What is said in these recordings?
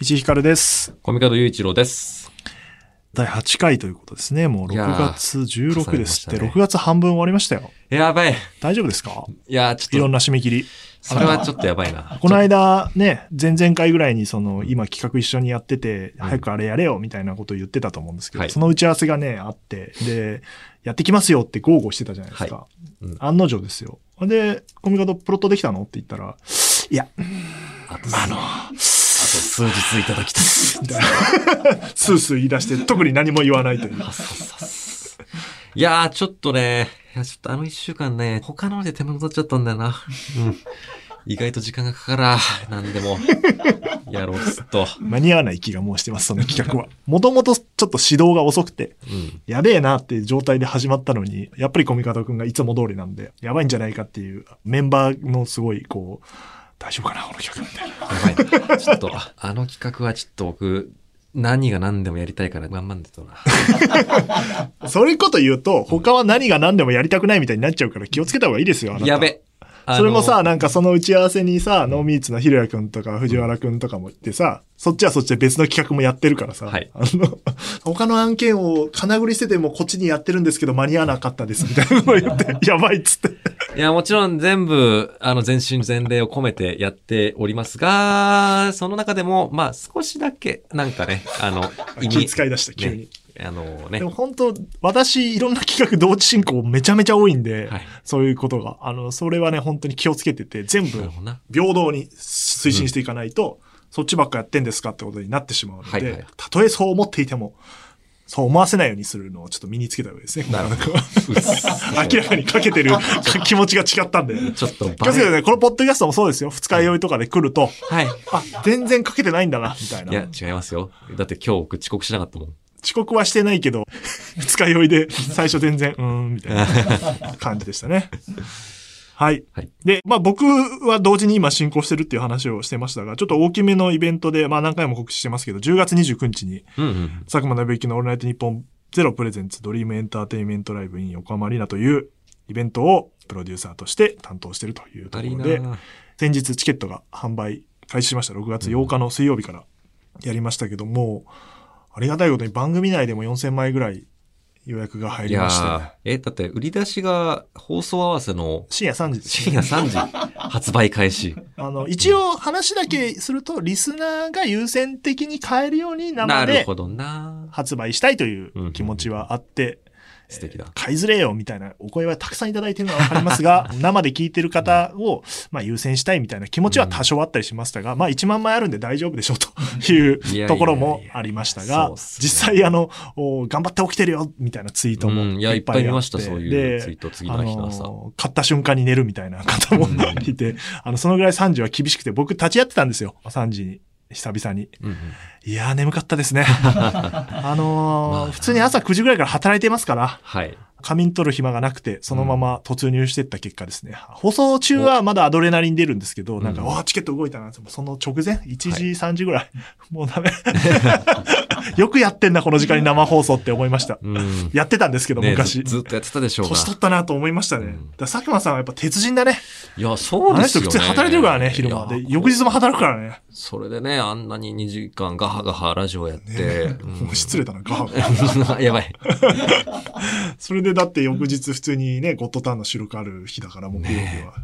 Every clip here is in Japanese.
石井ひかるです。コミカド雄一郎です。第8回ということですね。もういや6ー月16ですって、重ねましたね6月半分終わりましたよ。やばい。大丈夫ですかいや、ちいょろっんと、な締め切り。それはちょっとやばいな。この間ね、前々回ぐらいにその、今企画一緒にやってて、早くあれやれよみたいなことを言ってたと思うんですけど、はいその打ち合わせがね、あって、で、やってきますよって豪語してたじゃないですか。はうん案の定ですよ。で、コミカドプロットできたのって言ったら、いや、あと、あの、あと数日いただきたい。スースー言い出して特に何も言わ ないという。いやー、ちょっとね、いや、ちょっとあの一週間ね、他ので手間取っちゃったんだよな。うん。意外と時間がかから、なんでも、やろうずっと。間に合わない気がもうしてます、その企画は。もともとちょっと指導が遅くて、うん。やべえなっていう状態で始まったのに、やっぱりコミカドくんがいつも通りなんで、やばいんじゃないかっていう、メンバーのすごい、こう、大丈夫かな、この企画みたいな。やばいな。ちょっと、あの企画はちょっと僕、何が何でもやりたいから頑張んでとな。そういうこと言うと、他は何が何でもやりたくないみたいになっちゃうから気をつけた方がいいですよ、あなた やべ。それもさ、、なんかその打ち合わせにさ、ノーミーツのひろやくんとか藤原くんとかも行ってさ、そっちはそっちで別の企画もやってるからさ、はいあの、他の案件を金繰りしててもこっちにやってるんですけど間に合わなかったですみたいなのを 言って、やばいっつって。いや、もちろん全部、あの、全身全霊を込めてやっておりますが、その中でも、まあ、少しだけ、なんかね、あの、意 気使い出した、急に。ね、あのねで、も本当、私、いろんな企画同時進行めちゃめちゃ多いんで、はいそういうことが。あの、それはね、本当に気をつけてて、全な部るほ どな。平等に推進していかないと、そっちばっかやってんですかってことになってしまうので、はいはいたとえそう思っていても、そう思わせないようにするのをちょっと身につけた方がいいですね。なるほど明らかにかけて る気持ちが違ったんで。ちょっと気をつけてね、このポッドキャストもそうですよ。二日酔いとかで来ると、はい。あ、全然かけてないんだな、みたいいなや、。違いますよ。だって今日僕遅刻しなかったもん。遅刻はしてないけど、 二日酔いで最初全然、うーん、みたいな。 感じでしたね。はい。はいで、まあ僕は同時に今進行してるっていう話をしてましたが、ちょっと大きめのイベントで、まあ何回も告知してますけど、10月29日にうんうん。佐久間信之のオールナイトニッポンゼロプレゼンツドリームエンターテインメントライブイン横浜アリーナというイベントをプロデューサーとして担当してるというとあこりろなで、先日チケットが販売開始しました。6月8日の水曜日からやりましたけども、ありがたいことに番組内でも4000枚ぐらい予約が入いりましたね、やえ、だって売り出しが放送合わせの深夜3時ですね深夜3時発売開始。あの、一応話だけすると、リスナーが優先的に買えるようにな生るでほどな。発売したいという気持ちはあって、素敵だ。買いづれよみたいなお声はたくさんいただいてるのはわかります が、生で聞いてる方を、まあ優先したいみたいな気持ちは多少あったりしましたが、まあ1万枚あるんで大丈夫でしょうといいやうところもありましたいやいやがそう、っすね実際あの、お頑張って起きてるよみたいなツイートもうんいや、いっぱい見ました、あってそういでうツイート、次の日の朝。あのー買った瞬間に寝るみたいな方もうんいて、あの、そのぐらい3時は厳しくて、僕立ち会ってたんですよ。3時に。久々に。うんうんいやー、眠かったです ね。あのーまあ普通に朝9時ぐらいから働いてますから、はい。仮眠取る暇がなくて、そのまま突入してった結果ですね。放送中はまだアドレナリン出るんですけど、んなんか、わあ、チケット動いたなって、その直前、1時、3時ぐらい。もうダメ。 よくやってんな、この時間に生放送って思いま した。うん。やってたんですけど、ね昔。ずずっとやってたでしょうが。年取ったなと思いましたね。うだんから佐久間さんはやっぱ鉄人だね。いや、そうあので人すよ、ね。普通に働いてるからね、昼間。でい、や翌日も働くからね。それでね、あんなに2時間ガハガハラジオやって。 もう失礼だな、ガーが礼。 やばい。それでだって翌日普通にね、ゴッドタンの収録ある日だから、木曜日は。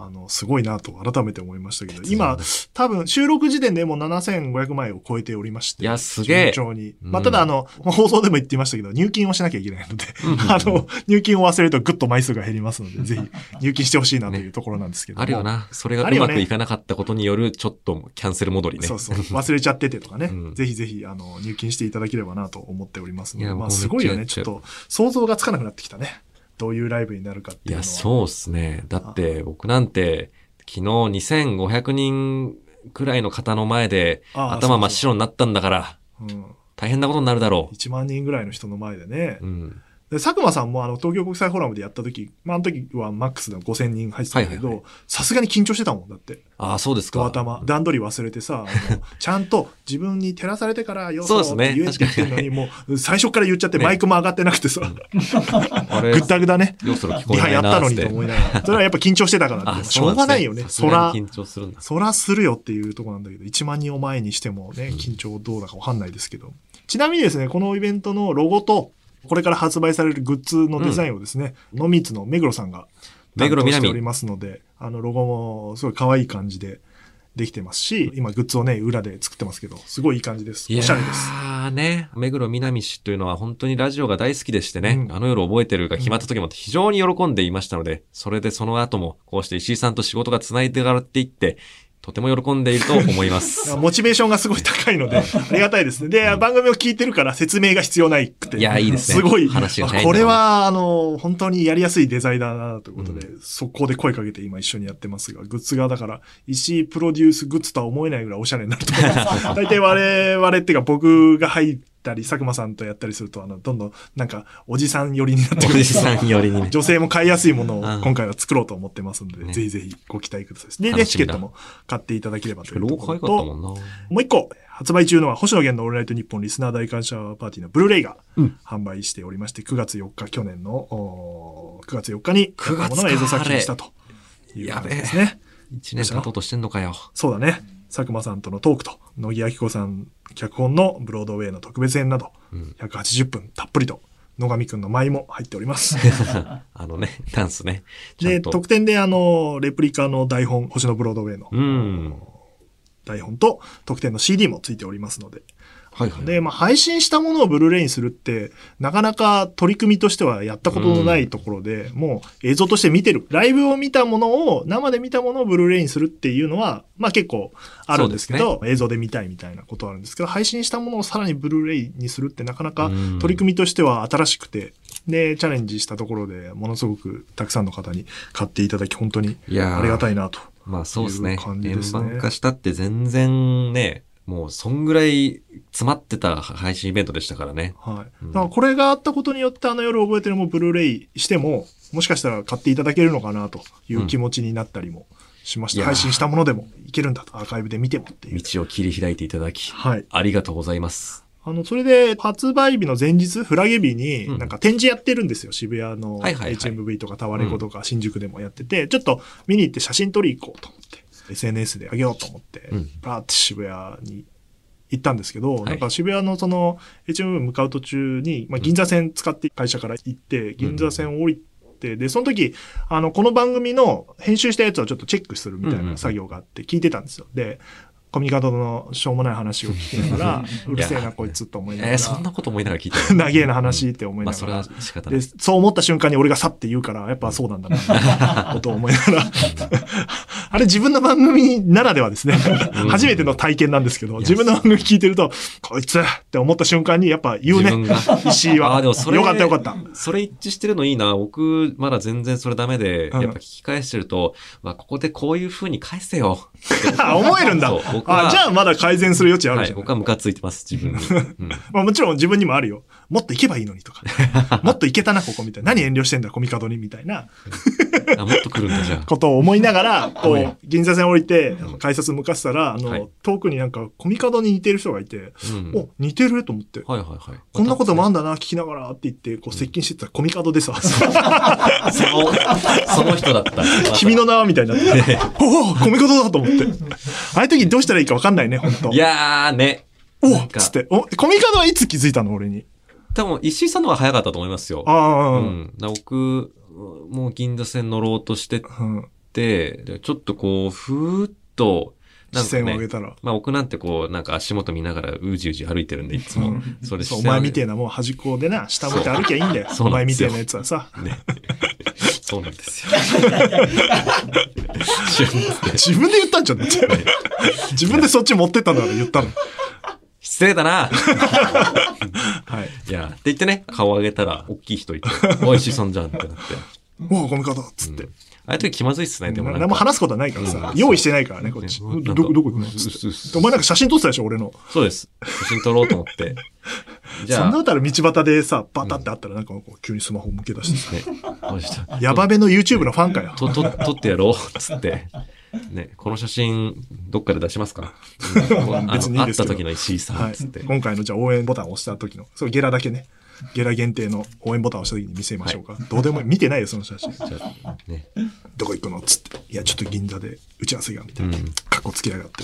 あの、すごいなと改めて思いましたけど、今、多分収録時点でもう7500枚を超えておりまして。いやすげえ順調に。うんまあ、ただあの、放送でも言っていましたけど、入金をしなきゃいけないので、 あの、入金を忘れるとぐっと枚数が減りますので、ぜひ入金してほしいなというところなんですけども。あるよな。それあがるうよまねくいかなかったことによる、ちょっとキャンセル戻りね。そうそう。忘れちゃっててとかね。うんぜひぜひ、あの、入金していただければなと思っておりますのいで。やまあ、僕もすごいよめね。っちちゃょっと、想像がつかなくなってきたね。どういうライブになるかっていいうのは。や、そうっすね。だって、僕なんて、昨日2500人くらいの方の前で、ああ頭真っ白になったんだから、うん。大変なことになるだろ1万人ぐらいの人の前でねう。う、ん。で佐久間さんもあの東京国際フォーラムでやった時、まあ、あの時はマックスの5000人入ってたんだけはいはど、さすがに緊張してたもんだって。ああ、そうですか。ド頭、段取り忘れてさ、あの ちゃんと自分に照らされてからよそそうっですてね言えって言ってるのに、もう最初から言っちゃってねマイクも上がってなくてさ、あれぐ、ったぐだね。よそろ聞こリえハなやいっなたのーっにて。と思いながら。それはやっぱ緊張してたからって、しょうがないよね。そそら、緊張するんです。そらするよっていうところなんだけど、1万人を前にしてもね、緊張どうだかわかんないですけど。ちなみにですね、このイベントのロゴと、これから発売されるグッズのデザインをですね、ノミツの目黒さんが目黒南しておりますので、あの、ロゴもすごい可愛い感じでできてますし、今グッズをね、裏で作ってますけど、すごいいい感じです。おしゃれです。ああね、目黒みなみ氏というのは本当にラジオが大好きでしてね、うんあの夜覚えてるが決まった時も非常に喜んでいましたので、それでその後もこうして石井さんと仕事が繋いでもらっていって、とても喜んでいると思いだまか すら。モチベーションがすごい高いので、ありがたいですね。で、番組を聞いてるから説明が必要ないくて。いやいいですねすごい。話が早いあなこれは、あの、本当にやりやすいデザインだな、ということで、う速攻で声かけて今一緒にやってますが、グッズがだから、石井プロデュースグッズとは思えないぐらいおしゃれになると思います。 大体我々っていうか僕が入ったり、佐久間さんとやったりすると、あの、どんどんなんか、おじさん寄りになっておくるじさんよりにね。女性も買いやすいものをうん今回は作ろうと思ってますので、ねぜひぜひご期待ください。で、楽ね、しチみケだットも買っていただければという老とこ害ろかとったもんな。もう一個、発売中のは星野源のオールナイトニッポンリスナー大感謝パーティーのブルーレイがうん販売しておりまして、9月4日、去年のおー9月4日に9月かものを映像作品にしたという感じですやね。一年経とうとしてんのかよ。そうだね。佐久間さんとのトークと、乃木明子さん脚本のブロードウェイの特別演など、うん180分たっぷりと、野上くんの舞も入っており ます。あのね、ダンスね。ちゃで、んと。特典であの、レプリカの台本、星のブロードウェイのうん。台本と特典の CD もついておりますので、はいはい。で、まあ、配信したものをブルーレイにするって、なかなか取り組みとしてはやったことのないところで、もう映像として見てる。ライブを見たものを、生で見たものをブルーレイにするっていうのは、まあ結構あるんですけそど、映像で見たいみたいなことはあるんですけど、配信したものをさらにブルーレイにするってなかなかうん取り組みとしては新しくて、で、チャレンジしたところでものすごくたくさんの方に買っていただき、本当にいやーありがたいなと。まあそうですねいう。感じで円すね盤化したって全然ね、もうそんぐらい詰まってた配信イベントでしたからね。はい。うんだからこれがあったことによってあの夜覚えてるのもブルーレイしても、もしかしたら買っていただけるのかなという気持ちになったりもしましいた。やー配信したものでもいけるんだと、アーカイブで見てもっていう。道を切り開いていただき、はい。ありがとうございます。あの、それで、発売日の前日、フラゲ日うに、んなんか展示やってるんですよ。渋谷のはいはいはい HMV とかタワレコとか新宿でもやってて、ちょっと見に行って写真撮り行こうと思って、SNS であげようと思ってうん、パーって渋谷に行ったんですけど、いなんか渋谷のその HMV 向かう途中に、まあ、銀座線使って会社から行って、銀座線降りて、で、その時、あの、この番組の編集したやつをちょっとチェックするみたいうんうんな作業があって聞いてたんですよ。で、コミュニカドのしょうもない話を聞きなが ら、うるせえなこいつと思いながえら。ー、そんなこと思いながら聞いて長えな話って思いまながあそられ。は仕方なで、い。そう思った瞬間に俺がさって言うから、やっぱそう なんだな、ことを思いながら。あれ自分の番組ならではですね。うん初めての体験なんですけど、や自分の番組聞いてると、こいつって思った瞬間にやっぱ言うね自分。が。石井は。あーでよもそれかったよかった。それ一致してるのいいな。僕、まだ全然それダメで、うんやっぱ聞き返してると、まあ、ここでこういう風に返せよ。あ思えるんだそう。僕はあ、じゃあまだ改善する余地あるはじい、ゃん。僕はムカついてます、自分に。うんまあもちろん自分にもあるよ。もっと行けばいいのに とか。もっと行けたな、ここみたいな。何遠慮してんだ、コミカドにみたいな。あ、もっと来るんだ、じゃあ。ことを思いながら、こうんう、銀座線降りてうん、改札向かせたら、あの、はい遠くになんか、コミカドに似てる人がいて、うんお、似てると思って。はいはいはい。こんなこともあんんだな、聞きながらって言って、こう、接近してったらコミカドでさ、その、その人だった。 君の名はみたいにな って、おお、コミカドだと思って。ああいう時どうしたらいいか分かんないね、本当いやーね。おなんっかつって。お、コミカドはいつ気づいたの俺に。多分、石井さんの方が早かったと思いますよ。ああ、ううん。ん。な僕、もう銀座線乗ろうとしてうん。て、でちょっとこう、ふーっと、な視んか線を上げね、たら。まあ僕なんてこう、なんか足元見ながらうじうじ歩いてるんで、いつうも。んそれそう視お線を前上げみてえなもう端っこでな、下向いて歩きゃいいんだよ。そうおなん前でみすてよえなやつはさ、ね。そうなんで すよ。自分で言ったんじゃねえ自分でそっち持ってったんだから言ったの。失礼だな。はい。いや、って言ってね、顔上げたら、大きい人いて、おい、石井さんじゃんってなって。おお、コミカドっつって。うんああいう時気まずいっすね、でもなん何もか。話すことはないからさ、用意してないからね、こっち。ねど、どこ行くのうっすうっすお前なんか写真撮ってたでしょ、俺の。 そうです。写真撮ろうと思って。じそゃんあ、なことある道端でさ、バタってあったらなんかこう急にスマホ向け出してさ、ね、マジでヤバめの YouTube のファンかよ。と、と、撮ってやろう、つって。ね、この写真、どっかで出しますか あの別にいい会でっすたけど時の石井さはん、つって。い。今回のじゃあ応援ボタンを押した時の、それゲラだけね。ゲラ限定の応援ボタンを押した時に見せましょうか。どうでもいい見てないよ、その写真。じゃあね。どこ行くのつって。いや、ちょっと銀座で打ち合わせが、みたういな。ん。かっこつきやがって。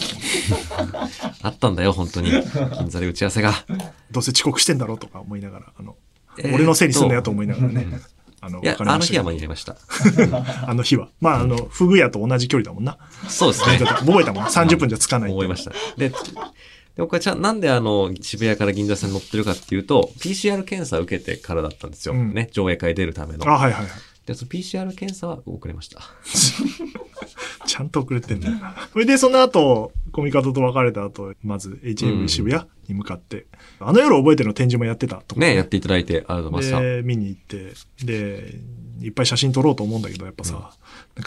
あったんだよ、本当に。銀座で打ち合わせが。どうせ遅刻してんだろうとか思いながら、あの、えーっと俺のせいにすんなよと思いながらね。あの、いやわ、かりあまのした日けはど間に合いました。あの日は。まあ、あの、フグ屋と同じ距離だもんな。そうです銀ね座。と覚えたもん。30分じゃつかないって。思いました。で、で僕はちゃん、なんであの、渋谷から銀座線乗ってるかっていうと、PCR 検査を受けてからだったんですよ。うんね、上映会出るための。あ、はいはいはい。で、その PCR 検査は遅れました。ちゃんと遅れてんだよな。それでその後、コミカドと別れた後、まずう HMV ん渋谷に向かって、あの夜覚えてるの展示もやってたとか。ね、やっていただいてありがとうございました。で、見に行って、で、いっぱい写真撮ろうと思うんだけど、やっぱさ、なんか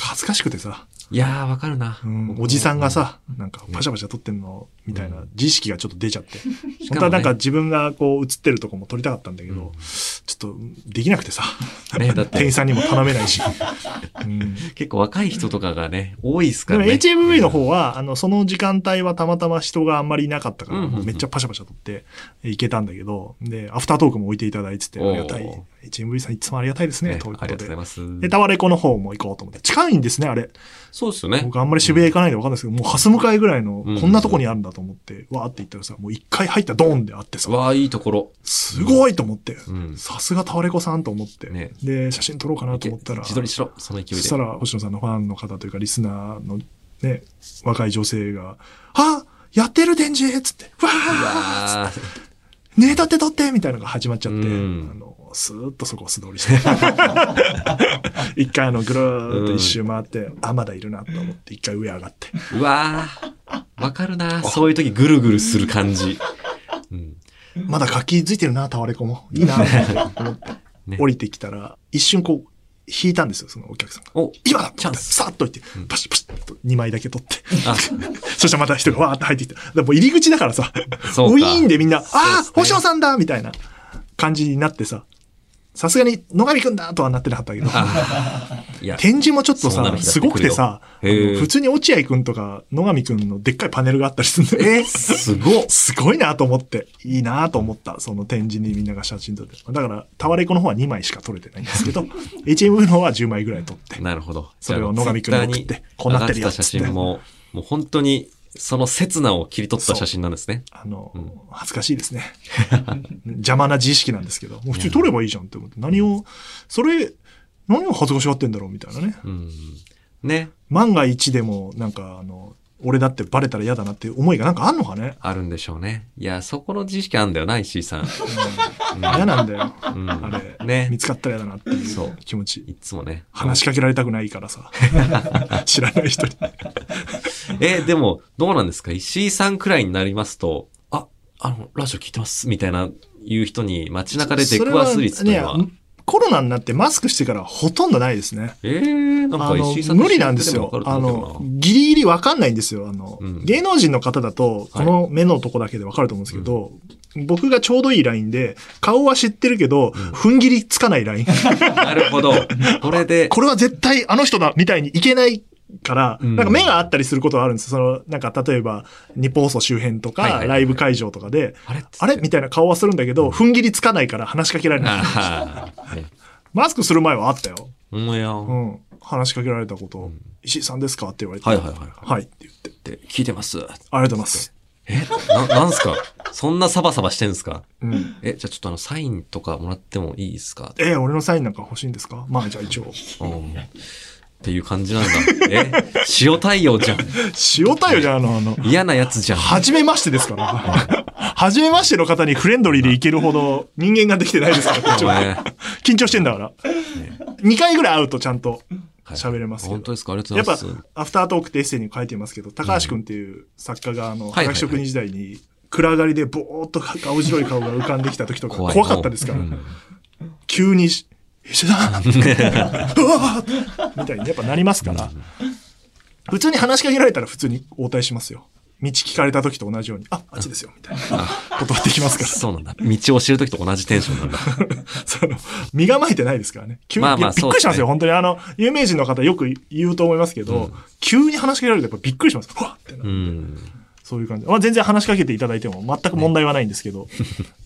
恥ずかしくてさ、いやー、わかるなう。んおじさんがさ、なんかパシャパシャ撮ってんの、みたいな、自意識がちょっと出ちゃって。しかもね、本当はなんか自分がこう映ってるとこも撮りたかったんだけど、うんちょっとできなくてさ、ねだって店員さんにも頼めない し。うん結構若い人とかがね、多いですかでもらね。 HMV の方は、あの、その時間帯はたまたま人があんまりいなかったから、うんうんうんもうめっちゃパシャパシャ撮ってえ行けたんだけど、で、アフタートークも置いていただいてて、あおーりがたい。HMV さんいつもありがたいですね、ねというあこりとがとうございで。ます。で、タワレコの方も行こうと思って。近いんですね、あれ。そうですよ ね。僕あんまり渋谷行かないんでわかんないですけど、もうハス向かいぐらいのうんう、んこんなとこにあるんだと思って、わーって行ったらさ、もう一回入ったらドーンであってさ、わあ、いいところ。すごいと思って、うんさすがタワレコさんと思って、ねで、写真撮ろうかなといけ思ったら、自撮りしろ、そのそ勢いしでた。ら星野さんのファンの方というかリスナーのね、若い女性が、あやってる展示っつって、わーあねえ、撮って撮ってみたいなのが始まっちゃって、うんあの、スーッとそこを素通りして。 一回あの、ぐるーっと一周回って、あ、まだいるなと思って、一回上上がって。ーうわあ、わかるな。そういう時ぐるぐるする感じ。うん。まだ活気づいてるな、タワレコも。いいなと思って、 ね降りてきたら、一瞬こう、引いたんですよ、そのお客さんが。お、今だチャンスさっと行ってうん、パシッパシッと2枚だけ取って。あ、 そしたらまた人がわーって入ってきた。だからもう入り口だからさ、そうかウィーンでみんな、ああ、そうですね星野さんだみたいな感じになってさ、さすがに野上くんだとはなってなかったけど、いや、展示もちょっとそんなさ、のすごくてさ、あへーの普通に落合くんとか野上くんのでっかいパネルがあったりするんだよ。え、すごっ。 すごいなと思って、いいなと思った、その展示にみんなが写真撮って。だから、タワレコの方は2枚しか撮れてないんですけ ど、HMV の方は10枚ぐらい撮って。なるほど。それをじゃあ野上くんに送って Twitter こうなってるよ上がた写真も、もう本当に、その刹那を切り取った写真なんですね。あの、うん恥ずかしいです ね。邪魔な自意識なんですけど、もう普通に撮ればいいじゃんって思って、何を、それ、何を恥ずかしがってんだろうみたいなね。うん。ね、万が一でも、なんか、あの、俺だってバレたら嫌だなっていう思いがなんかあんのかね。あるんでしょうね。いや、そこの知識あんだよな、石井さん。嫌なんだよ。うんあれ、ね見つかったら嫌だなっていそうう気持ち。いつもね。話しかけられたくないから さ。知らない人に。え、でも、どうなんですか石井さんくらいになりますと、あ、あの、ラジオ聞いてます、みたいな、いう人に街中で出くわす率というのは。それねコロナになってマスクしてからほとんどないですね。えー、なんあかの石井さん無理なんですよ。ああのの、、ギリギリわかんないんですよ。あの、うん芸能人の方だと、この目のとこだけでわかると思うんですけど、僕がちょうどいいラインで、顔は知ってるけど、踏ん切りつかないライン。なるほど。これで、これは絶対あの人だみたいにいけないから、うんなんか目があったりすることはあるんですその、なんか例えば、日本放送周辺とはいはいか、はいライブ会場とかで、あれっつってあれみたいな顔はするんだけど、踏ん切りつかないから話しかけられない。ああ、ねマスクする前はあったよ。うんや。うはいん。話しかけられたこと、ん石井さんですかって言われて。はいはいははいって言って。い。で、聞いてます。ありがとうございます。え、な、なんすかそんなサバサバしてんすかうん。え、じゃあちょっとあの、サインとかもらってもいいですかえー、俺のサインなんか欲しいんですかまあじゃあ一応。うん。っていう感じなんだ。え、塩対応じゃん。塩対応じゃん、あの、あの、嫌なやつじゃん。はじめましてですから。はじめましての方にフレンドリーでいけるほど人間ができてないですから、こっちは。ね 緊張してんだから。2回ぐらい会うとちゃんと喋れますけど。本当ですかありがとうやごっざいぱます。、アフタートークってエッセイにも書いてますけど、高橋くんっていう作家が、あの、はいはいはがき職人時代に、暗がりでぼーっと青白い顔が浮かんできた時とか、怖かったですからう。ん急にし、石 田さんうわーみたいにやっぱなりますから、普通に話しかけられたら普通に応対しますよ。道聞かれた時と同じように、あ、あっちですよ、みたいなことできますから。そうなんだ。道を知るときと同じテンションなんだ。 その、身構えてないですからね。急に、まあまあいやびっくりしますよ、本当に。あの、有名人の方よく言うと思いますけど、うん急に話しかけられるとやっぱびっくりします。ふわってな、うん。そういう感じ。まあ全然話しかけていただいても全く問題はないんですけど、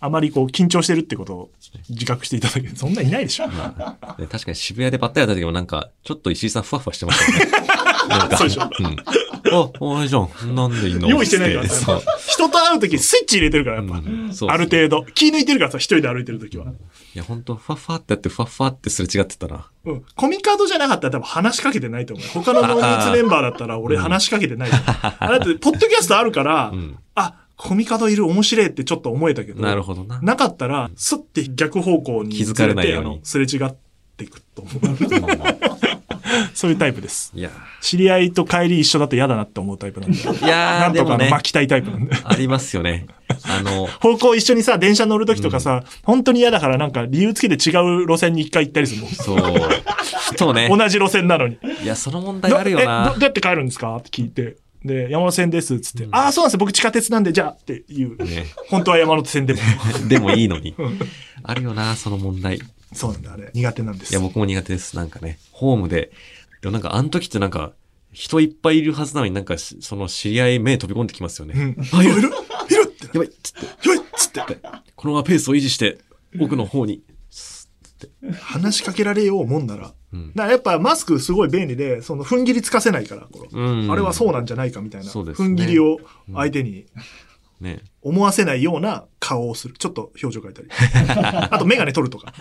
あまりこう緊張してるってことを自覚していただける。そんないないでしょ。 まあ、ね確かに渋谷でばったり会った時もなんか、ちょっと石井さんふわふわしてましたよね。なんか、そうでしょ うん。あ、あれじゃん。なんでいいの用意してないからそさう。。人と会うときスイッチ入れてるから、やっぱ。うんそうある度。程度。気抜いてるからさ、一人で歩いてるときは。いや、ほんと、ふわふわってやって、ふわふわってすれ違ってたな。うん。コミカードじゃなかったら多分話しかけてないと 思う。他のノーミツメンバーだったら俺話しかけてないと思う。あれだって、ポッドキャストあるから、うん。あ、コミカドいる面白いってちょっと思えたけど。なるほどな。なかったら、スッて逆方向に気づかれないようにずてあのすれ違っていくと思う。そういうタイプです。いや知り合いと帰り一緒だと嫌だなって思うタイプなん で。ー。いやーなんでともかね、巻きたいタイプなんで。ありますよね。あの、方向一緒にさ、電車乗るときとかさ、本当に嫌だからなんか理由つけて違う路線に一回行ったりする もん。そう。そうね。同じ路線なのに。いや、その問題あるよどえどなど。うやって帰るんですかって聞いて。で、山手線ですっつって。ああ、そうなんですよ僕地下鉄なんで、じゃあっていう。ね本当は山手線でも。 でもいいのに。あるよな、その問題。そうなんだ、あれ。苦手なんでいす。や、僕も苦手です。なんかね、ホームで。でもなんか、あの時ってなんか、人いっぱいいるはずなのになんかし、その知り合い目飛び込んできますようね。ん。あ、いるいるって。やばいっつって、ひょいっつって。このままペースを維持して、奥の方に。話しかけられようもんなら。うん。だからやっぱマスクすごい便利で、その踏ん切りつかせないから、これうんあれはそうなんじゃないかみたいな。そうですね踏ん切りを相手にね。思わせないような顔をする。ちょっと表情変えた り。あとメガネ取るとか。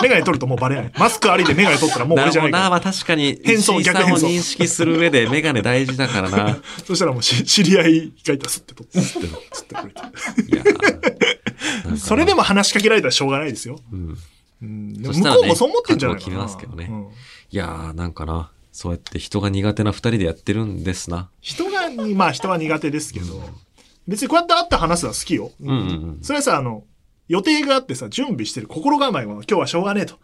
メガネ取るともうバレない。マスクありでメガネ取ったらもうな俺るじほゃなどいな。かまあ確かに、変装石井さん逆変を装認識する上で、メガネ大事だか らな。ら。そしたらもうし知り合いがいたらスッて取って、スッて取ってくれて。いやーなんかそれでも話しかけられたらしょうがないですよ。うん。うん、でもそした向らこねうもそう思ってんじゃないかな。覚悟決めますけどねうんいやー、なんかな。そうやって人が苦手な二人でやってるんですな。人がに、まあ人は苦手ですけど、別にこうやって会って話すのは好きよ。んうんうんそれはさ、あの、予定があってさ、準備してる心構えは今日はしょうがねえと。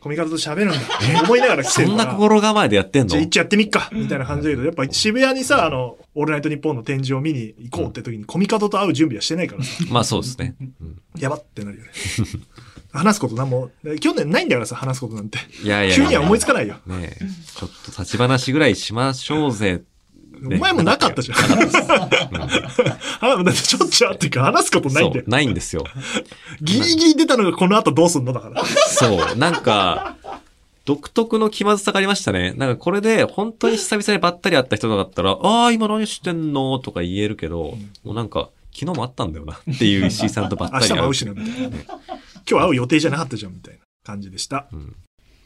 コミカルと喋るんだって 思いながら来てそるんから。な心構えでやってんのじゃあ一応やってみっかみたいな感じだけど、やっぱ渋谷にさ、あの、オールナイトニッポンの展示を見に行こうって時に、コミカドと会う準備はしてないからさ、まあそうですね。うんやばってな るよね。話すことなんも、去年ないんだからさ、話すことなんて。いやいやいや急には思いつかないよ。ねえ、ちょっと立ち話ぐらいしましょうぜ。 おね前もなかったじゃ ん。 あ、だってちょっとじゃあっていうか、話すことないそんだよう、。ないんですよ。ギリギリ出たのがこの後どうすんのだから。そう、なんか、独特の気まずさがありましたね。なんかこれで、本当に久々にばったり会った人だったら、ああ、今何してんのとか言えるけど、もうなんか、昨日もあったんだよなっていう石井さんとばっ明たり日も会会うう。しな、みたいなね。今日会う予定じゃなかったじゃん、みたいな感じでした。ん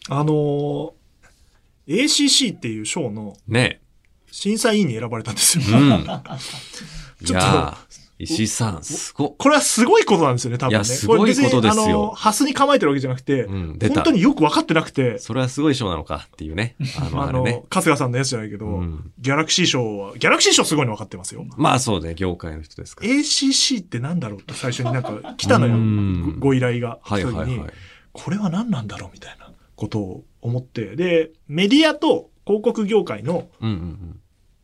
あのー ACC っていう賞のね審査委員に選ばれたんですよ。え。うん。 いちょっとやー石井さん、すごっ。これはすごいことなんですよね、多分ね。いやすごいれ別にことですよあのー、ハスに構えてるわけじゃなくて、うん、出本た当。によく分かってなくて、それはすごい賞なのかってい うね。あの、ああれの、ね。春日さんのやつじゃないけど、うんギャラクシー賞は、ギャラクシー賞すごいの分かってますよ。まあそうね、業界の人ですから。 ACC ってなんだろうって最初になんか来たのようん、ごご依頼が。はいは一い人はにい。これは何なんだろうみたいなことを思って。で、メディアと広告業界の、うんうんうん。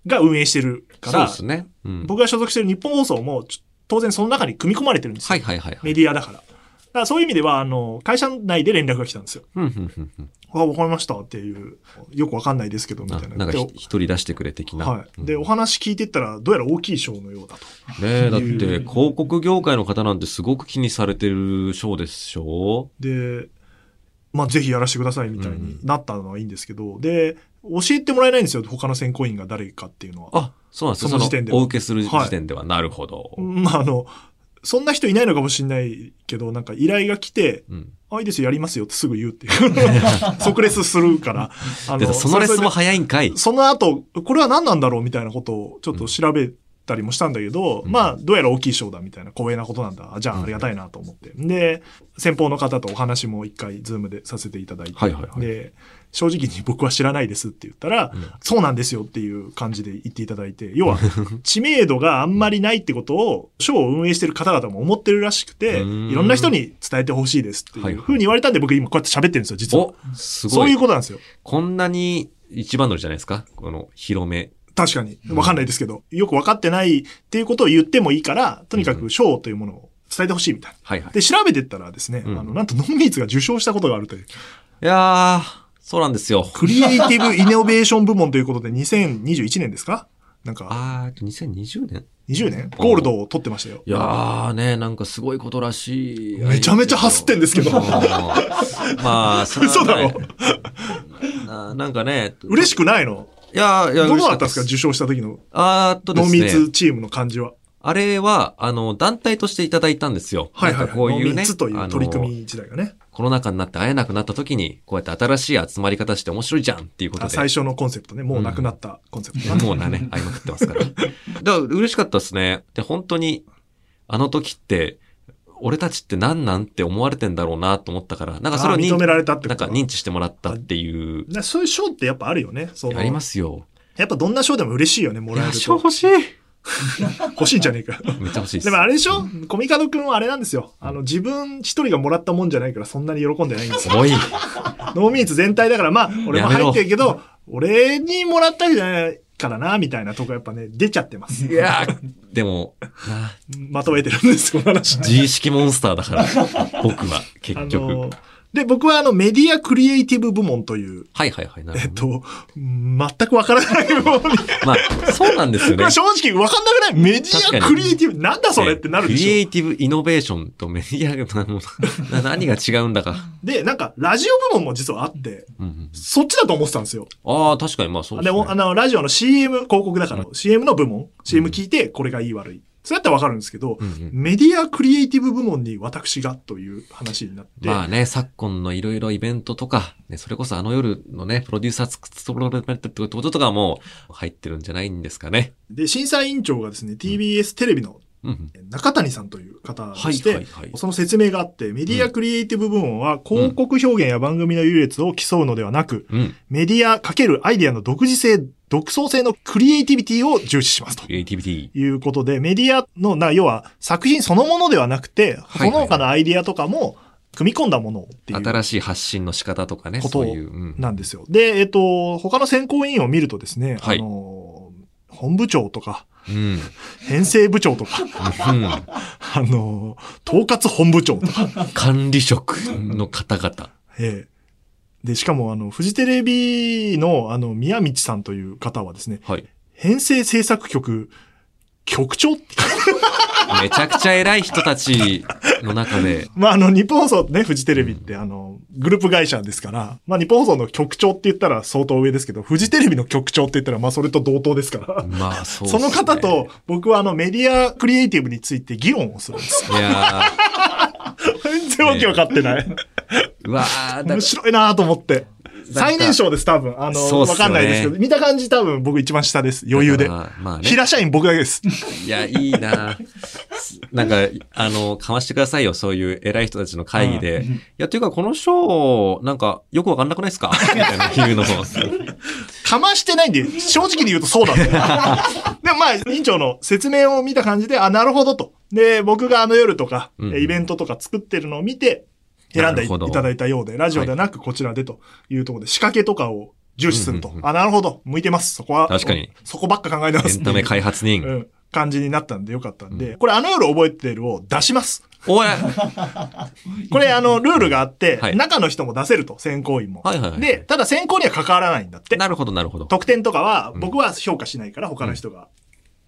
が運営してるかそうら、ですね。うん。僕が所属してる日本放送もちょ当然その中に組み込まれてるんですよ。はいはいはいはい。メディアだから。だからそういう意味では、あの、会社内で連絡が来たんですよ。うんうんうんうんあ、わかりましたっていう、よくわかんないですけど、みなたいな。なんかでひ一人出してくれ的な。はい。で、うんお話聞いてったら、どうやら大きい賞のようだと。ねえ、だって広告業界の方なんてすごく気にされてる賞でしょで、まあ、ぜひやらせてくださいみたいになったのはいいんですけど、で、教えてもらえないんですよ、他の選考委員が誰かっていうのは。あ、そうなんですかその時点ではお受けする時点では。なるほど。まあ、あの、そんな人いないのかもしれないけど、なんか依頼が来て、うん。あ、いいですよ、やりますよってすぐ言うってい う。即レスするから。あで、そのレスもそれ早いんかいで。その後、これは何なんだろうみたいなことをちょっと調べたりもしたんだけど、うんまあ、どうやら大きい賞だみたいな、光栄なことなんだ。あじゃあ、ありがたいなと思って。で、先方の方とお話も一回、ズームでさせていただいて。はいはいはいで、正直に僕は知らないですって言ったら、うんそうなんですよっていう感じで言っていただいて、要 は、知名度があんまりないってことを、賞を運営してる方々も思ってるらしくて、うんいろんな人に伝えてほしいですってはいいはういふうに言われたんで、僕今こうやって喋ってるんですよ、実はお。すそごういうい。ことなんですよ。こんなに一番乗りじゃないですかこの広め。確かに。わかんないですけど、よくわかってないっていうことを言ってもいいから、とにかく賞というものを伝えてほしいみたいな。はいはい。で、調べてったらですね、うんあの、なんとノンミーツが受賞したことがあるという、いやー、そうなんですよ。クリエイティブ・イノベーション部門ということで、2021年ですかなんか、あー、えっと2020年20年ゴールドを取ってましたよ。いやーね、なんかすごいことらしい。めちゃめちゃハスってんですけどうん まあ、それは嘘だろ ななんかね、嬉しくないのいやーいや、どう嬉しだったんですか受賞した時のあーっとでノンすミね。ーツチームの感じは。あれは、あの、団体としていただいたんですよ。はいはいなはんかい。こうノンいミうね、ーツというあの取り組み自体がね、コロナ禍になって会えなくなった時に、こうやって新しい集まり方して面白いじゃんっていうことあで。最初のコンセプトね、もうなくなったコンセプトな。 もう なね、会いまくってますから。だから嬉しかったですね。で、本当に、あの時って、俺たちって何なんって思われてんだろうなと思ったから、なんかそれあをー認認められたってなこんかと認知してもらったっていう。なそういう賞ってやっぱあるよね。そのありますよ。やっぱどんな賞でも嬉しいよね、もいらえや、ると。賞欲しい欲しいんじゃねえか。めっちゃ欲し いです。でもあれでしょコミカドくんはあれなんですよ。あの、自分一人がもらったもんじゃないからそんなに喜んでないんですよ。 重い。ノーミーツ全体だから、まあ、俺も入ってるけど、俺にもらったわけじゃないからな、みたいなとこやっぱね、出ちゃってます。 いやーでも、なまとめてるんです、この話。自意識モンスターだから、僕は、あ結局。の、で、僕はあの、メディアクリエイティブ部門という、はいはいはい。なるえっほどね、と、全くわからない部 門に。まあ、そうなんですこよ ねれ。正直わかんなくないメディアクリエイティブ、なんだそれってなるでクリエしょ。イティブイノベーションとメディアがなもう な何が違うんだか。で、なんか、ラジオ部門も実はあって、うんうんそっちだと思ってたんですよ。ああ、確かにまあそうでも、あの、ラジオの CM 広告だから、CM の部門、CM 聞いて、これがいい悪い。それだったらわかるんですけど、うんうんメディアクリエイティブ部門に私がという話になって、まあね、昨今のいろいろイベントとか、ね、それこそあの夜のね、プロデューサーつくプロデューサーってこととかも入ってるんじゃないんですかね。で、審査委員長がですね、TBS テレビのうんうん。中谷さんという方はでいして、はいはい。その説明があって、メディアクリエイティブ部門は広告表現や番組の優劣を競うのではなく、うん。メディア×アイデアの独自性、独創性のクリエイティビティを重視しますとク。リエイティビティ。いうことで、メディアの、な、要は作品そのものではなくて、そはいの他のアイディアとかも組み込んだものっていう。新しい発信の仕方とかね、ことそういう。うんなんですよ。で、えっと、他の選考委員を見るとですね、はいあの、本部長とか、うん。編成部長と か、うんあの、統括本部長とか、管理職の方々。ええで、しかも、あの、フジテレビの、あの、宮道さんという方はですね、はい。編成制作局、局長ってめちゃくちゃ偉い人たちの 中で、まあ、あの、日本放送ね、フジテレビって、あの、グループ会社ですから、まあ、日本放送の局長って言ったら相当上ですけど、フジテレビの局長って言ったら、まあ、それと同等ですから。まあそうっすそねの方と、僕はあの、メディアクリエイティブについて議論をするん です。いや全然わけわかってない。ー、うわー、だ面白いなと思って。最年少です、多分。あの、そうっすわかよねんないですけど、見た感じ多分僕一番下です。余裕でだ。からまあね。平社員僕だけです。いや、いいななんか、あの、かましてくださいよ、そういう偉い人たちの会議で。いや、というか、この賞、なんか、よくわかんなくないで すかみたいな言うのも。かましてないんで、正直に言うとそうなんだ よ。でもまあ、委員長の説明を見た感じで、あ、なるほどと。で、僕があの夜とか、うんうんイベントとか作ってるのを見て、選んなでるいほどただいたようで、ラジオではなくこちらでというところで、仕掛けとかを重視すると。うんうんうあ、なるほど。向いてます。そこは。確かに。そこばっか考えてまエす。ンタメ開発人う。ん。感じになったんでよかったんで、これあの夜覚えてるを出します。おいこれあの、ルールがあって、はい中の人も出せると、選考員も。はいはいはいで、ただ選考には関わらないんだって。なるほど、なるほど。得点とかは僕は評価しないから他の人が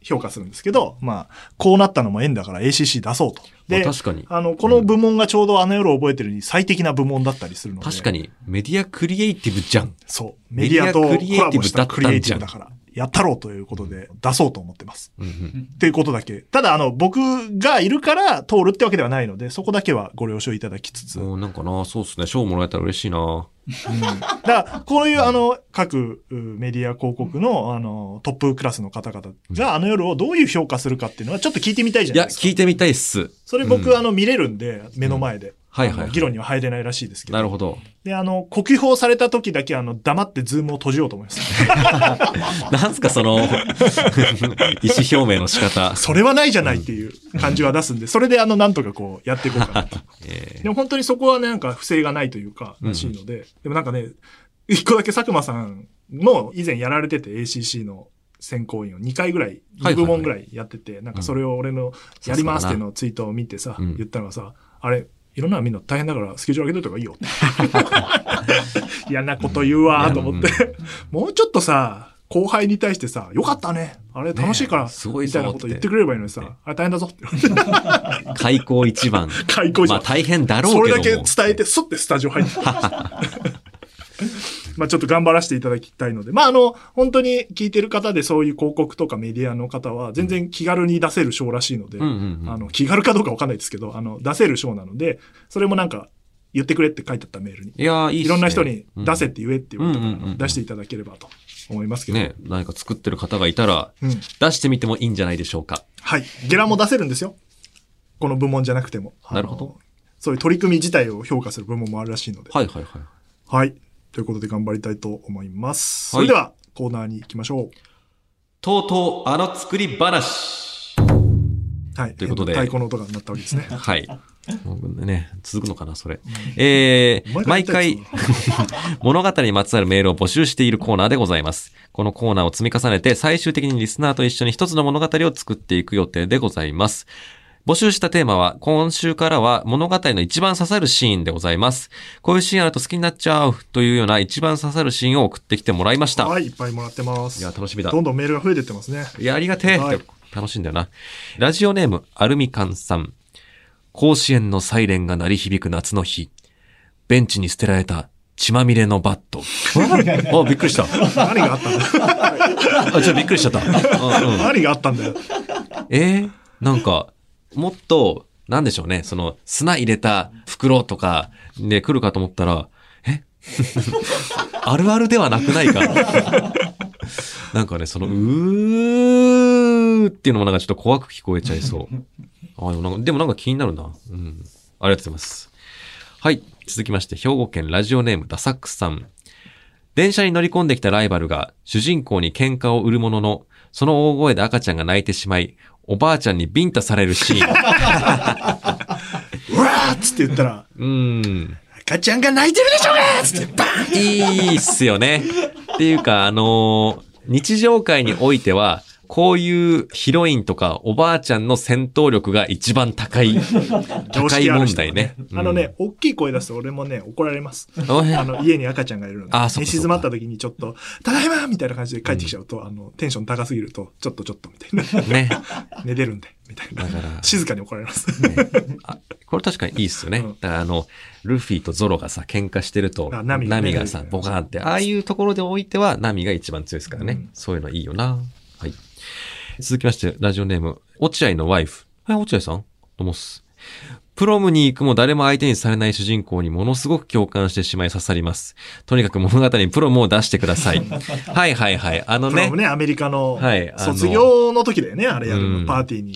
評価するんですけど、まあ、こうなったのも縁だから ACC 出そうと。で、まあ確かにあの、この部門がちょうどあの夜を覚えてるに最適な部門だったりするので。確かに、メディアクリエイティブじゃん。そう。メディアとコメディアクリエイティブラボしたクリエイティブだだっから、やったろうということで出そうと思ってます。うんうんっていうことだけ。ただ、あの、僕がいるから通るってわけではないので、そこだけはご了承いただきつつ。もうなんかな、そうっすね。賞もらえたら嬉しいな。だから、こういう、あの、各うメディア広告の、あの、トップクラスの方々が、あの夜をどういう評価するかっていうのは、ちょっと聞いてみたいじゃいないや、ですか。聞いてみたいっす。それうん僕、あの、見れるんで、目の前で。はいはいはあいの議論には入れないらしいですけど。なるほど。で、あの、呼吸法された時だけ、あの、黙ってズームを閉じようと思います。 なんすか、 その、意思表明の仕方。それはないじゃないっていう感じは出すんで、それで、あの、なんとかこう、やっていこうかなと。えでも本当にそこはね、なんか不正がないというか、らしいので、でもなんかね、一個だけ佐久間さんの以前やられてて ACC の選考委員を2回ぐらい、はいはいはい2部門ぐらいやってて、なんかそれを俺のやりますっていうのをツイートを見てさ、うん言ったのがさ、あれ、いろんなのみんな大変だからスケジュール上げといた方がいいよっ て。嫌なこと言うわーと思って。もうちょっとさ、後輩に対してさ、よかったね。あれ楽しいから、ねえすごいみぞたいなこと言ってくれればいいのにってさ、あれ大変だぞって言われて。開口一番。 開口一まあ番。大変だろうけそども。れだけ伝えて、すってスタジオ入って まあちょっと頑張らせていただきたいので。まああの、本当に聞いてる方でそういう広告とかメディアの方は全然気軽に出せる賞らしいので、うんうんうんあの、気軽かどうかわかんないですけど、あの、出せる賞なので、それもなんか言ってくれって書いてあったメールに。いやーいいっすねいろんな人に出せっうて言えって言われたから、うんうんうんうん出していただければと思いますけんど。ね、何か作ってる方がいたら、うん。出してみてもいいんじゃないでしょうか。はい。ゲラも出せるんですよ。この部門じゃなくても。あのなるほど。そういう取り組み自体を評価する部門もあるらしいので。はいはいはい。はい。ということで頑張りたいと思います。はいそれではコーナーに行きましょとうとう、あの作り話。う。はい。ということでえっ太鼓の音が鳴ったわけですね。 はい。もうね、続くのかな、それ。えお前が言ー、毎ったやつ回、 物語にまつわるメールを募集しているコーナーでございます。このコーナーを積み重ねて、最終的にリスナーと一緒に一つの物語を作っていく予定でございます。募集したテーマは、今週からは物語の一番刺さるシーンでございます。こういうシーンあると好きになっちゃうというような一番刺さるシーンを送ってきてもらいました。はい、いっぱいもらってます。いや、楽しみだ。どんどんメールが増えてって ますね。いや、ありがてえ、はいって楽しいんだよな。ラジオネーム、アルミカンさん。甲子園のサイレンが鳴り響く夏の日。ベンチに捨てられた血まみれのバッ ト。あ、びっくりした。何があったんだよ。あ、ちょっとびっくりしちゃった。うんうん何があったんだよ。えーなんか、もっと、なんでしょうね、その、砂入れた袋とかで来るかと思ったら、え あるあるではなくないか。なんかね、その、うーっていうのもなんかちょっと怖く聞こえちゃいそう。あでもなんかでもなんか気になるな。うん。ありがとうございます。はい。続きまして、兵庫県ラジオネームダサックスさん。電車に乗り込んできたライバルが主人公に喧嘩を売るものの、その大声で赤ちゃんが泣いてしまい、おばあちゃんにビンタされるシーン。うわーっつって言ったら、うーん。赤ちゃんが泣いてるでしょうがーっつ って、バーンいいっすよね。っていうか、あのー日常界においては、こういうヒロインとかおばあちゃんの戦闘力が一番高い。常高い識ある問人題ね。あのね、大きい声出すと俺もね、怒られ ます。うん。おへあの、家に赤ちゃんがいるので、あ寝そうか静まった時にちょっと、ただいまみたいな感じで帰ってきちゃうと、あの、テンション高すぎると、ちょっとちょっとみたいな。 ね。寝てるんで、みたいなだ。から、静かに怒られます。あこれ確かにいいっすよね。うんだからあの、ルフィとゾロがさ、喧嘩してると、あナナミミがねがさ、ボカーンって、ああいうところでおいては、ナミが一番強いですからね。うんそういうのいいよな。はい。続きまして、ラジオネーム、落合のワイフ。はい、落合さんどうもっす。プロムに行くも誰も相手にされない主人公にものすごく共感してしまい刺さります。とにかく物語にプロムを出してくだ さい。はいはいはい。あのプロねム。ね、アメリカのはいあの卒業の時だよね、あれやるうんの、パーティーに。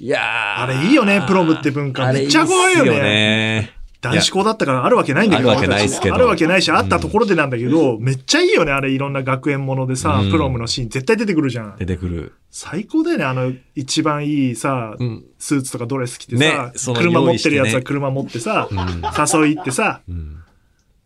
いやーあれいいよねプロムって文化あれめっちゃ怖いよねっすね。男子校だったからあるわけないんだけど。あるわけないっすけどあるわけないし、あったところでなんだけど、めっちゃいいよね、あれいろんな学園ものでさうん、プロムのシーン絶対出てくるじゃん出。てくる。最高だよね、あの、一番いいさう、ん。スーツとかドレス着てねさ、その車持ってるやつ用意してはね車持ってさう、ん。誘い行ってさ、うん。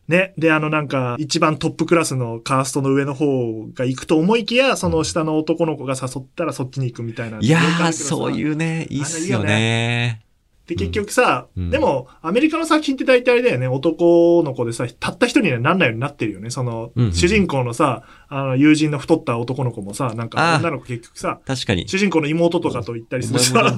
ね。で、あのなんか、一番トップクラスのカーストの上の方が行くと思いきや、その下の男の子が誘ったらそっちに行くみたいな。いやー、そうういうね、いいっすよね。で、結局さ、うんでも、アメリカの作品って大体あれだよね、男の子でさ、たった一人にはなんないようになってるよね。その、うんうん主人公のさ、あの、友人の太った男の子もさ、なんあか、ー女の子結局さ、確かに。主人公の妹とかと行ったりするさ、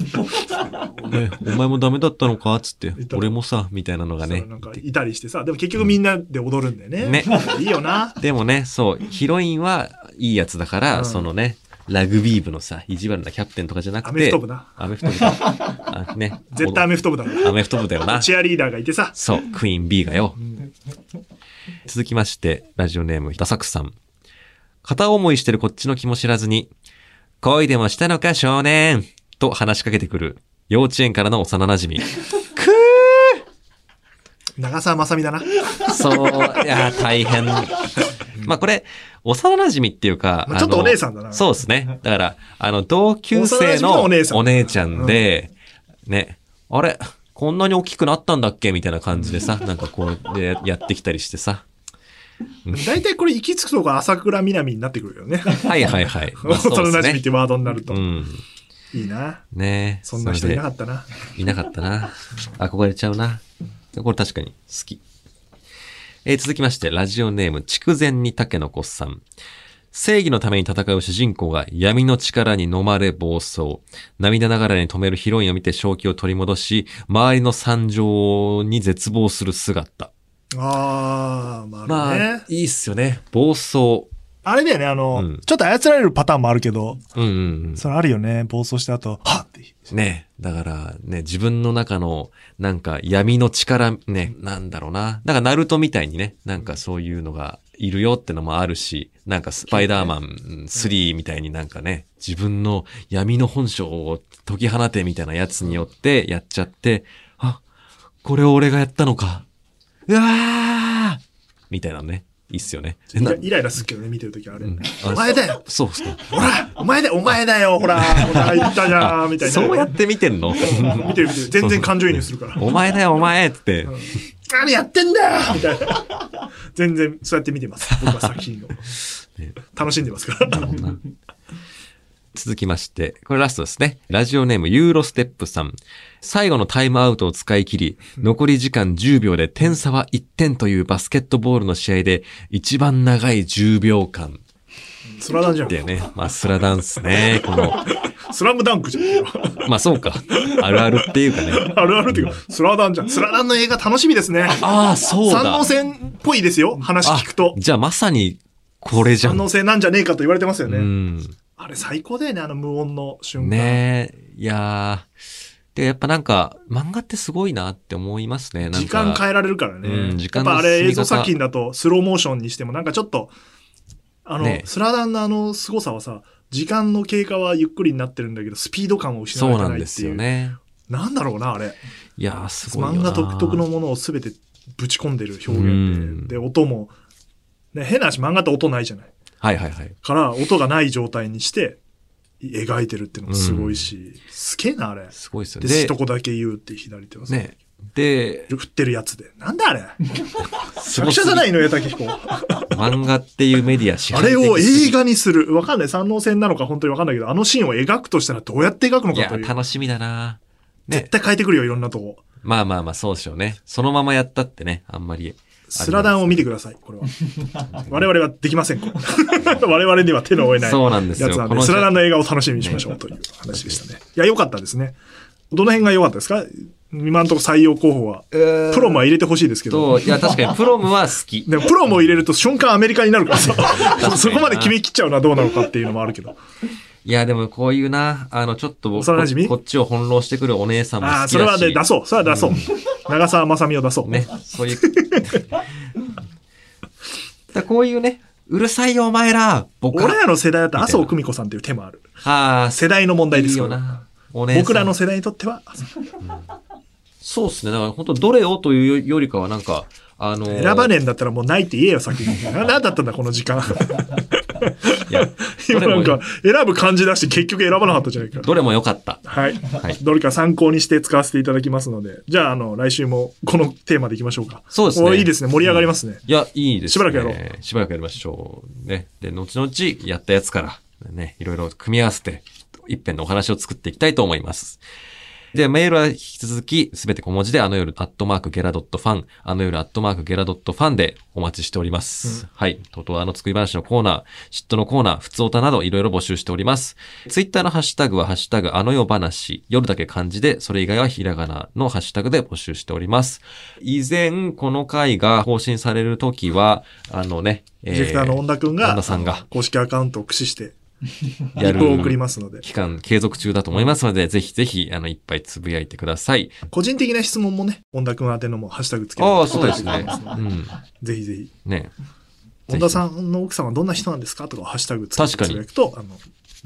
ねお前もダメだったのかつって言っ、た俺もさ、みたいなのがねそう。 なんか、いたりしてさ、でも結局みんなで踊るんだよね。ねいいよな。でもね、そう、ヒロインはいいやつだから、うんそのね、ラグビー部のさ、意地悪なキャプテンとかじゃなくて、アメフト部な。アメフト部だ。あね、 絶対アメフト部だから。アメフト部だよな。チアリーダーがいてさ、そう、クイーン B がよ。ん続きまして、ラジオネーム、ダサクさん。片思いしてるこっちの気も知らずに、恋でもしたのか少年と話しかけてくる、幼稚園からの幼馴染。長澤まさみだな。そう、いや、大変。 まあこれ、幼馴染っていうか、まあちょっとお姉んさんだな。そうですね。だから、あの、同級生幼馴染ののお姉さんお姉ちゃんで、ね、あれ、こんなに大きくなったんだっけみたいな感じでさ、なんかこう、でやってきたりしてさ、 大体これ行き着くとこ朝倉南になってくるよね。はいは いはい。まあそう幼です馴染っね。てワードになると。うん。いいな。ねえ。そんな人いなかかっったな。た。いなかったな。 憧れちゃうな。これ確かに好き。えー続きまして、ラジオネーム、筑前に竹の子さん。正義のために戦う主人公が闇の力に飲まれ暴走。涙ながらに止めるヒロインを見て正気を取り戻し、周りの惨状に絶望する姿。ああ、まああまるね。あ、いいっすよね。暴走。あれだよね、あの、うんちょっと操られるパターンもあるけど、うんうんうん。それあるよね。暴走した後、はっって。ねだからね、自分の中の、なんか闇の力、ね、なんだろうな。なんかナルトみたいにね、なんかそういうのがいるよってのもあるし、なんかスパイダーマンうん3みたいになんかね、自分の闇の本性を解き放てみたいなやつによってやっちゃって、あ、これを俺がやったのか。うわーみたいなのね。いいっすよね。イなライライラするけどね、見てるときあれ、うんお前だよそうそう。ほらお前だよお前だよほらほら言ったじゃんみたいな。そうやって見てんの 見てる見てる。全然感情移入するから。お前だよ、お前って。何やってんだよみたいな。全然そうやって見てます。僕は作品 を。楽しんでますから。だろうな続きまして、これラストですね。ラジオネームユーロステップさん。最後のタイムアウトを使い切り、残り時間10秒で点差は1点というバスケットボールの試合で一番長い10秒間スラダンじゃんだ。よね。まあ、スラダンスね。この、スラムダンクじゃん。まあそうか。あるあるっていうかね。あるあるっていうか、スラダンじゃん。スラダンの映画楽しみですね。ああ、そうだ。三能線っぽいですよ。話聞くとあ。じゃあまさにこれじゃ三ん。能線なんじゃねえかと言われてますようね。ん。あれ最高だよね、あの無音の瞬間。ねえ、いやー。で、やっぱなんか、漫画ってすごいなって思いますね。なんか時間変えられるからね。うん時間のやっぱあれ進映み方像作品だとスローモーションにしてもなんかちょっと、あの、ねえスラダンのあの凄さはさ、時間の経過はゆっくりになってるんだけど、スピード感を失われそうてななんいでってすいう。よね。なんだろうな、あれ。いやー、すごいよ漫画な。独特のものを全てぶち込んでる表現で、うんで、音も、ね、変な話、漫画って音ないじゃない。はいはいはい。から、音がない状態にして、描いてるっていうのもすごいし、すげえな、あれ。すごいですよで、ね。一言だけ言うって左手はさ、ね。で、振ってるやつで。なんだあれす作者じゃないのよ、竹彦。漫画っていうメディア支あ配的れを映画画にする。わかんない。三能線なのか本当にわかんないけど、あのシーンを描くとしたらどうやって描くのいかやといー、う。楽しみだな。ね絶。対変えてくるよ、いろんなとこ。まあまあまあ、そうでしょうね。そのままやったってね、あんまり。スラダンを見てください、これは。 我々はできません、これ 我々には手の負えないそうなんですよやつなんこで、のスラダンの映画を楽しみにしましょうという話でしたね。いや、良かったですね。どの辺が良かったですか今のところ採用候補は。プロも入れてほしいですけど。と、いや、確かにプロムは好 き。でもプロも入れると瞬間アメリカになるから かさ、にそこまで決め切っちゃうのはどうなのかっていうのもあるけど。いや、でもこういうな、あの、ちょっと僕、幼馴染ここっちを翻弄してくるお姉さんも好きああー、だし。それはね、出そう。それは出そう。長澤まさみを出そう。ね、そういう。 だこういうね、うるさいよお前ら、僕俺は。らの世代だと麻生久美子さんっていう手もある。ああ、世代の問題でいいすよから。な。お姉さん僕らの世代にとっては、そうですね。だから本当どれをというよりかはなんか、あのー選ばねえんだったらもうないって言えよ、先に。ななんだったんだ、この時 間。いや、ど今れなもんか、選ぶ感じ出して結局選ばなかったじゃないか。どれも良か った。はい。いどれか参考にして使わせていただきますので。じゃあ、あの、来週もこのテーマでいきましょうか。そうですねおいいですね。盛り上がりますね。いや、いいですね。しばらくやろう。しばらくやりましょう。ね。で、後々やったやつから、ね、いろいろ組み合わせて、一遍のお話を作っていきたいと思います。で、メールは引き続き、すべて小文字で、あの夜、アットマークゲラドットファン、あの夜、アットマークゲラドットファンでお待ちしております。はい。とうとうあの作り話のコーナー、嫉妬のコーナー、普通歌などいろいろ募集しております。ツイッターのハッシュタグは、ハッシュタグ、あの夜話、夜だけ漢字で、それ以外はひらがなのハッシュタグで募集しております。以前、この回が更新されるときは、あのね、えディレクターの恩田くんが、恩田さんが公式アカウントを駆使して、 やるリプを送りますので。期間継続中だと思いますので、ぜひぜひ、あの、いっぱいつぶやいてください。個人的な質問もね、恩田くん宛てのもハッシュタグつけて。ああ、そうですね。うん。ぜひぜひ。ね。恩田さんの奥さんはどんな人なんですかとか、ハッシュタグつけて確かにつぶやくと、あの、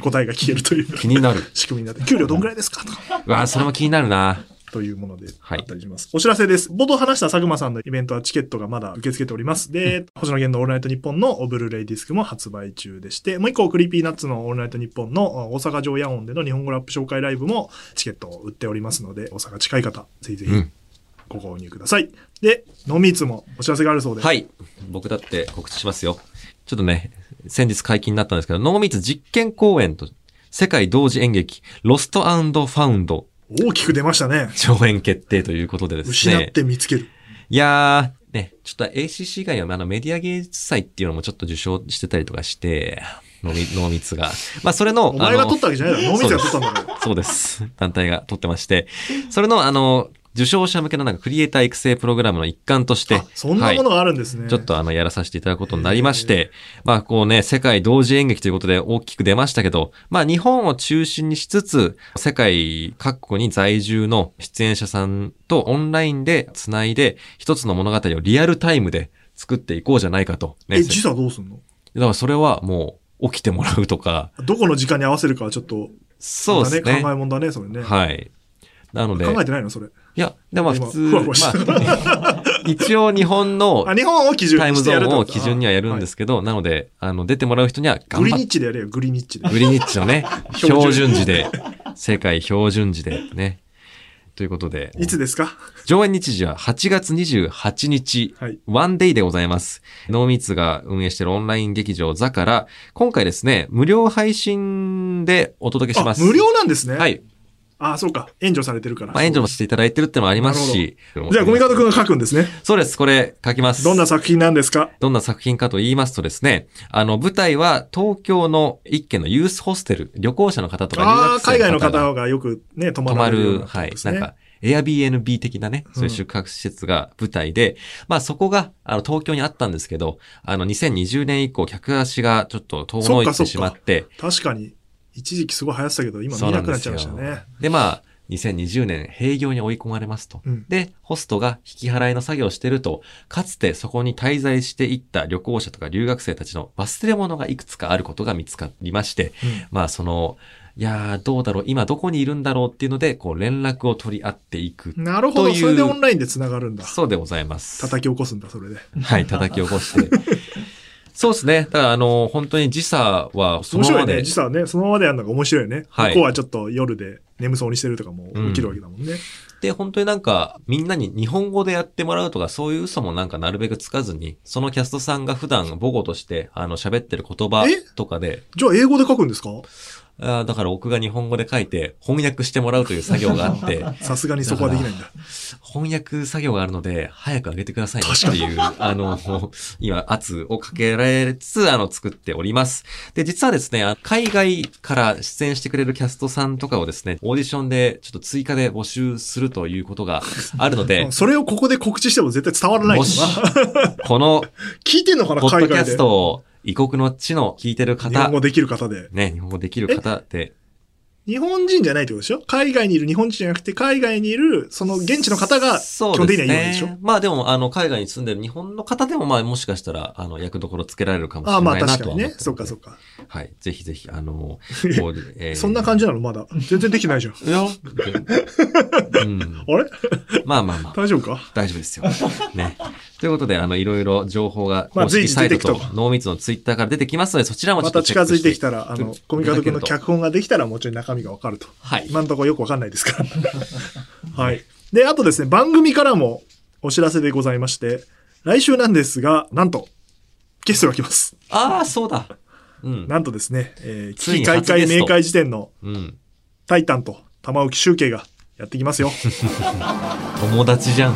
答えが消えるという 気になる。 仕組みになって、給料どんぐらいですかとか。うわあ、それも気になるな。というものであはいったりします。お知らせです。冒頭話した佐久間さんのイベントはチケットがまだ受け付けております。で、星野源のオールナイトニッポンのブルーレイディスクも発売中でして、もう一個クリーピーナッツのオールナイトニッポンの大阪城夜音での日本語ラップ紹介ライブもチケットを売っておりますので、大阪近い方、ぜひぜひうんご購入ください。で、飲みつもお知らせがあるそうです。はい。僕だって告知しますよ。ちょっとね、先日解禁になったんですけど、濃密実験公演と、世界同時演劇、ロストファウンド、大きく出ましたね。上演決定ということでです失っね。て見つける。いやー、ね、ちょっと ACC 以外にはあのメディア芸術祭っていうのもちょっと受賞してたりとかして、濃密濃密が。まあ、それの、お前があの取ったわけじゃないだろ。飲みつが取ったんだから。そうです。団体が取ってまして、それの、あの、受賞者向けのなんかクリエイター育成プログラムの一環としてあ、そんなものがあるんですね。ちょっとあの、やらさせていただくことになりまして、まあこうね、世界同時演劇ということで大きく出ましたけど、まあ日本を中心にしつつ、世界各国に在住の出演者さんとオンラインでつないで、一つの物語をリアルタイムで作っていこうじゃないかと。ね、え、せ時差どうすんのだからそれはもう起きてもらうとか、どこの時間に合わせるかはちょっと、そうでだすねね考え。もんだね、それね。はい。なので、考えてないのそれ。いや、でもまあ今普通、ふわふわしてたまあ、 一応日本のあ、日本を基準タイにしムてゾやる。ーンを基準にはやるんですすけど、なので、あの、出てもらう人にははいグ頑リ張ニっッチでやれよ、グリニッチで。グリニッチのね、 標準標準時で、世界標準時でね。ということで、いつですか上演日時は8月28日、はい。ワンデイでございます。ノーミーツが運営しているオンライン劇場ザから、今回ですね、無料配信でお届けしあま、す。無料なんですね。は。い。あ、そうか。援助されてるから。まあ、援助もしていただいてるってのもありますし。じゃあ、ゴミカドくんん。が書くんですね。そうです。これ書きます。どんな作品なんですかどんな作品かと言いますとですね、あの、舞台は東京の一軒のユースホステル、旅行者の方とかああ、留学生海外のの方が方がよくね、泊泊ままられるようる、なとこはいで、すなね。んか、Airbnb 的なね、そういう宿泊施設が舞台で、まあそこが、あの、東京にあったんですけど、あの、2020年以降、客足がちょっと遠のいてしまって、確かに、一時期すごい流行ってたけど、今見なくなっちゃいましたそうなんね。で、まあ、2020年、閉業に追い込まれますと。うんで、ホストが引き払いの作業をしてると、かつてそこに滞在していった旅行者とか留学生たちの忘れ物がいくつかあることが見つかりまして、うんまあその、いやーどうだろう、今どこにいるんだろうっていうので、こう連絡を取り合っていく。なるほとど。いうそれでオンラインで繋がるんだ。そうでございます。叩き起こすんだ、それで。はい、叩き起こして。 そうですね。だからあの、本当に時差はそ面のま白まいでね。実はね、そのままでやるのが面白いよね。はい向こうはちょっと夜で眠そうにしてるとかも起きるわけだもんね。で、本当になんか、みんなに日本語でやってもらうとか、そういう嘘もなんかなるべくつかずに、そのキャストさんが普段母語として、あの、喋ってる言葉えとかで、じゃあ、英語で書くんですかあーだから僕が日本語で書いて、翻訳してもらうという作業があって、さすがにそこはできないんだ。翻訳作業があるので、早く上げてくださいねっていう、あの、今、圧をかけられつつ、あの、作っております。で、実はですね、あの海外から出演してくれるキャストさんとかをですね、オーディションでちょっと追加で募集するということがあるので、 それをここで告知しても絶対伝わらないもよしな。この、 聞いてんのかな、ポッ海ドキ外ャでス。トを異国の地の聞いてる日本方語、できる方で。ね、日本語できる方で、日本人じゃないってことでしょ海外にいる日本人じゃなくて、海外にいる、その現地の方が、基そう本的には言うででしすょね。まあでも、あの、海外に住んでる日本の方でも、まあもしかしたら、あの、役どころつけられるかもしあれあ、まあないな確とかはに思ってね。そうかそうか。はい。ぜひぜひ、あの、こうえー そんな感じなのまだ。全然できないじゃん。いや、うん。あれまあまあまあ。大丈夫か大丈夫で すよ。ね。ということで、あの、いろいろ情報が、まあ公式サイト随時出てときた、濃密のツイッターから出てきますので、そちらもちょまっとたチェ近ックづいしてきたら、あの、コミカド君のいただける脚本ができたらもうちょい中身がわかる と。とはい。今のところよくわかんないです から。はい。で、あとですね、番組からもお知らせでございまして、来週なんですが、なんと、ゲストが来ます。ああ、そうだ。うん。なんとですね、えー、つ危い機に開初会ゲスト明会時点のうん。タイタンと玉置周慶がやってきます よ。友達じゃん。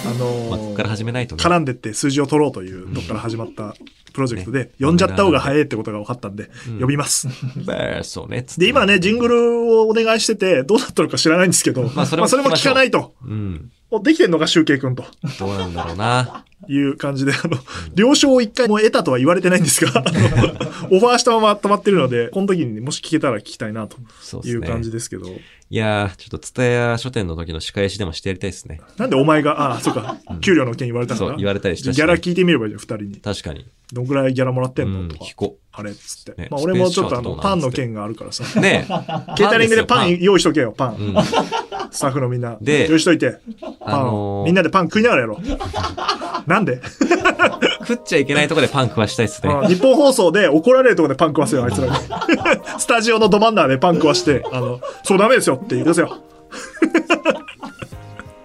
あのまあ、ここから始めないとね。絡んでって数字を取ろうというとこから始まったプロジェクトで、呼んじゃった方が早いってことが分かったんで、うん呼びます。えーそうね。つってで、今ね、ジングルをお願いしてて、どうだったのか知らないんですけど、まあそれもあそれも聞かないと。うん。おできてんのか、周慶くんと。どうなんだろうな。いう感じで、あの、了承を一回も得たとは言われてないんですが、あのオファーしたまま止まってるので、この時にもし聞けたら聞きたいなとそうでいすうね。感じですけど、いやー、ちょっとツタヤ書店の時の仕返しでもしてやりたいですね。なんでお前が、ああ、そうか、給料の件言われたのそかう、言われたりしギたしね、ャラ聞いてみればいいじゃん、二人に。確かに。どんぐらいギャラもらってうんのん、とか、聞こあれっつって。ねまあ俺もちょっとあスペースシャワーとの、かパンどうなんつのって件があるからさ、う。ねえ。 ケータリングでパンンですよ用意しとけよ、パン。パンうんスタッフのみんな。で用意しといて。パンを、のーみんなでパン食いながらやろう。 なんで、食っちゃいけないとこでパン食わしたいっすね。あ日本放送で怒られるとこでパン食わせよ、あい つらに。スタジオのど 真ん中でパン食わして、あの、そうダメですよって言い出せよ。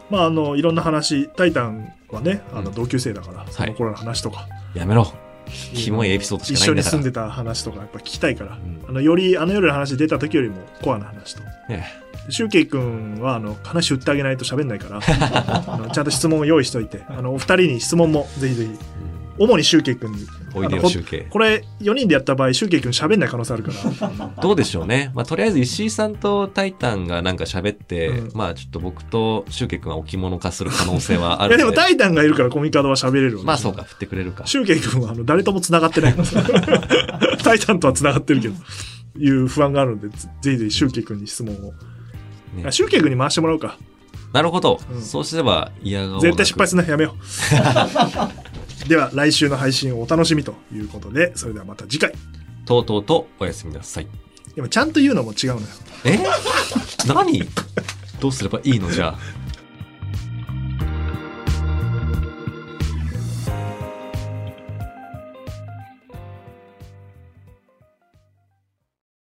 まあ、あの、いろんな話、タイタンはね、あうの、ん同級生だから、その頃の話とか、やめろ。キモいエピソードし一かな緒いんだにか住ら。んでた話とか、やっぱ聞きたいから、んあの、より、あの夜の話出た時よりも、コアな話と。ねでシュウケイ君は、あの、話振ってあげないと喋んない から、あのちゃんと質問を用意しといて、あの、お二人に質問も、ぜひぜひ、主にシュウケイ君に。うんおいであよ、の集計こ。これ、4人でやった場合、シュウケイ君喋んない可能性あるから、どうでしょうね。まあ、とりあえず石井さんとタイタンがなんか喋って、うんまあ、ちょっと僕とシュウケイ君は置物化する可能性はあいやるでのも、で。タイタンがいるからコミカドは喋れるわけまあ、そうか、振ってくれるか。シュウケイ君はあの誰とも繋がって ない。タイタンとは繋がってるけど、いう不安があるので、ぜぜひぜひシュウケイ君に質問を。ねあシュウケイ君に回してもらうか。なるほど。うんそうすれば嫌顔絶対失敗すするな、やめよう。では、来週の配信をお楽しみということで、それではまた次回。る。とうとうとおやすみなさい。でも、ちゃんと言うのも違うのよ。え何どうすればいいのじゃあ。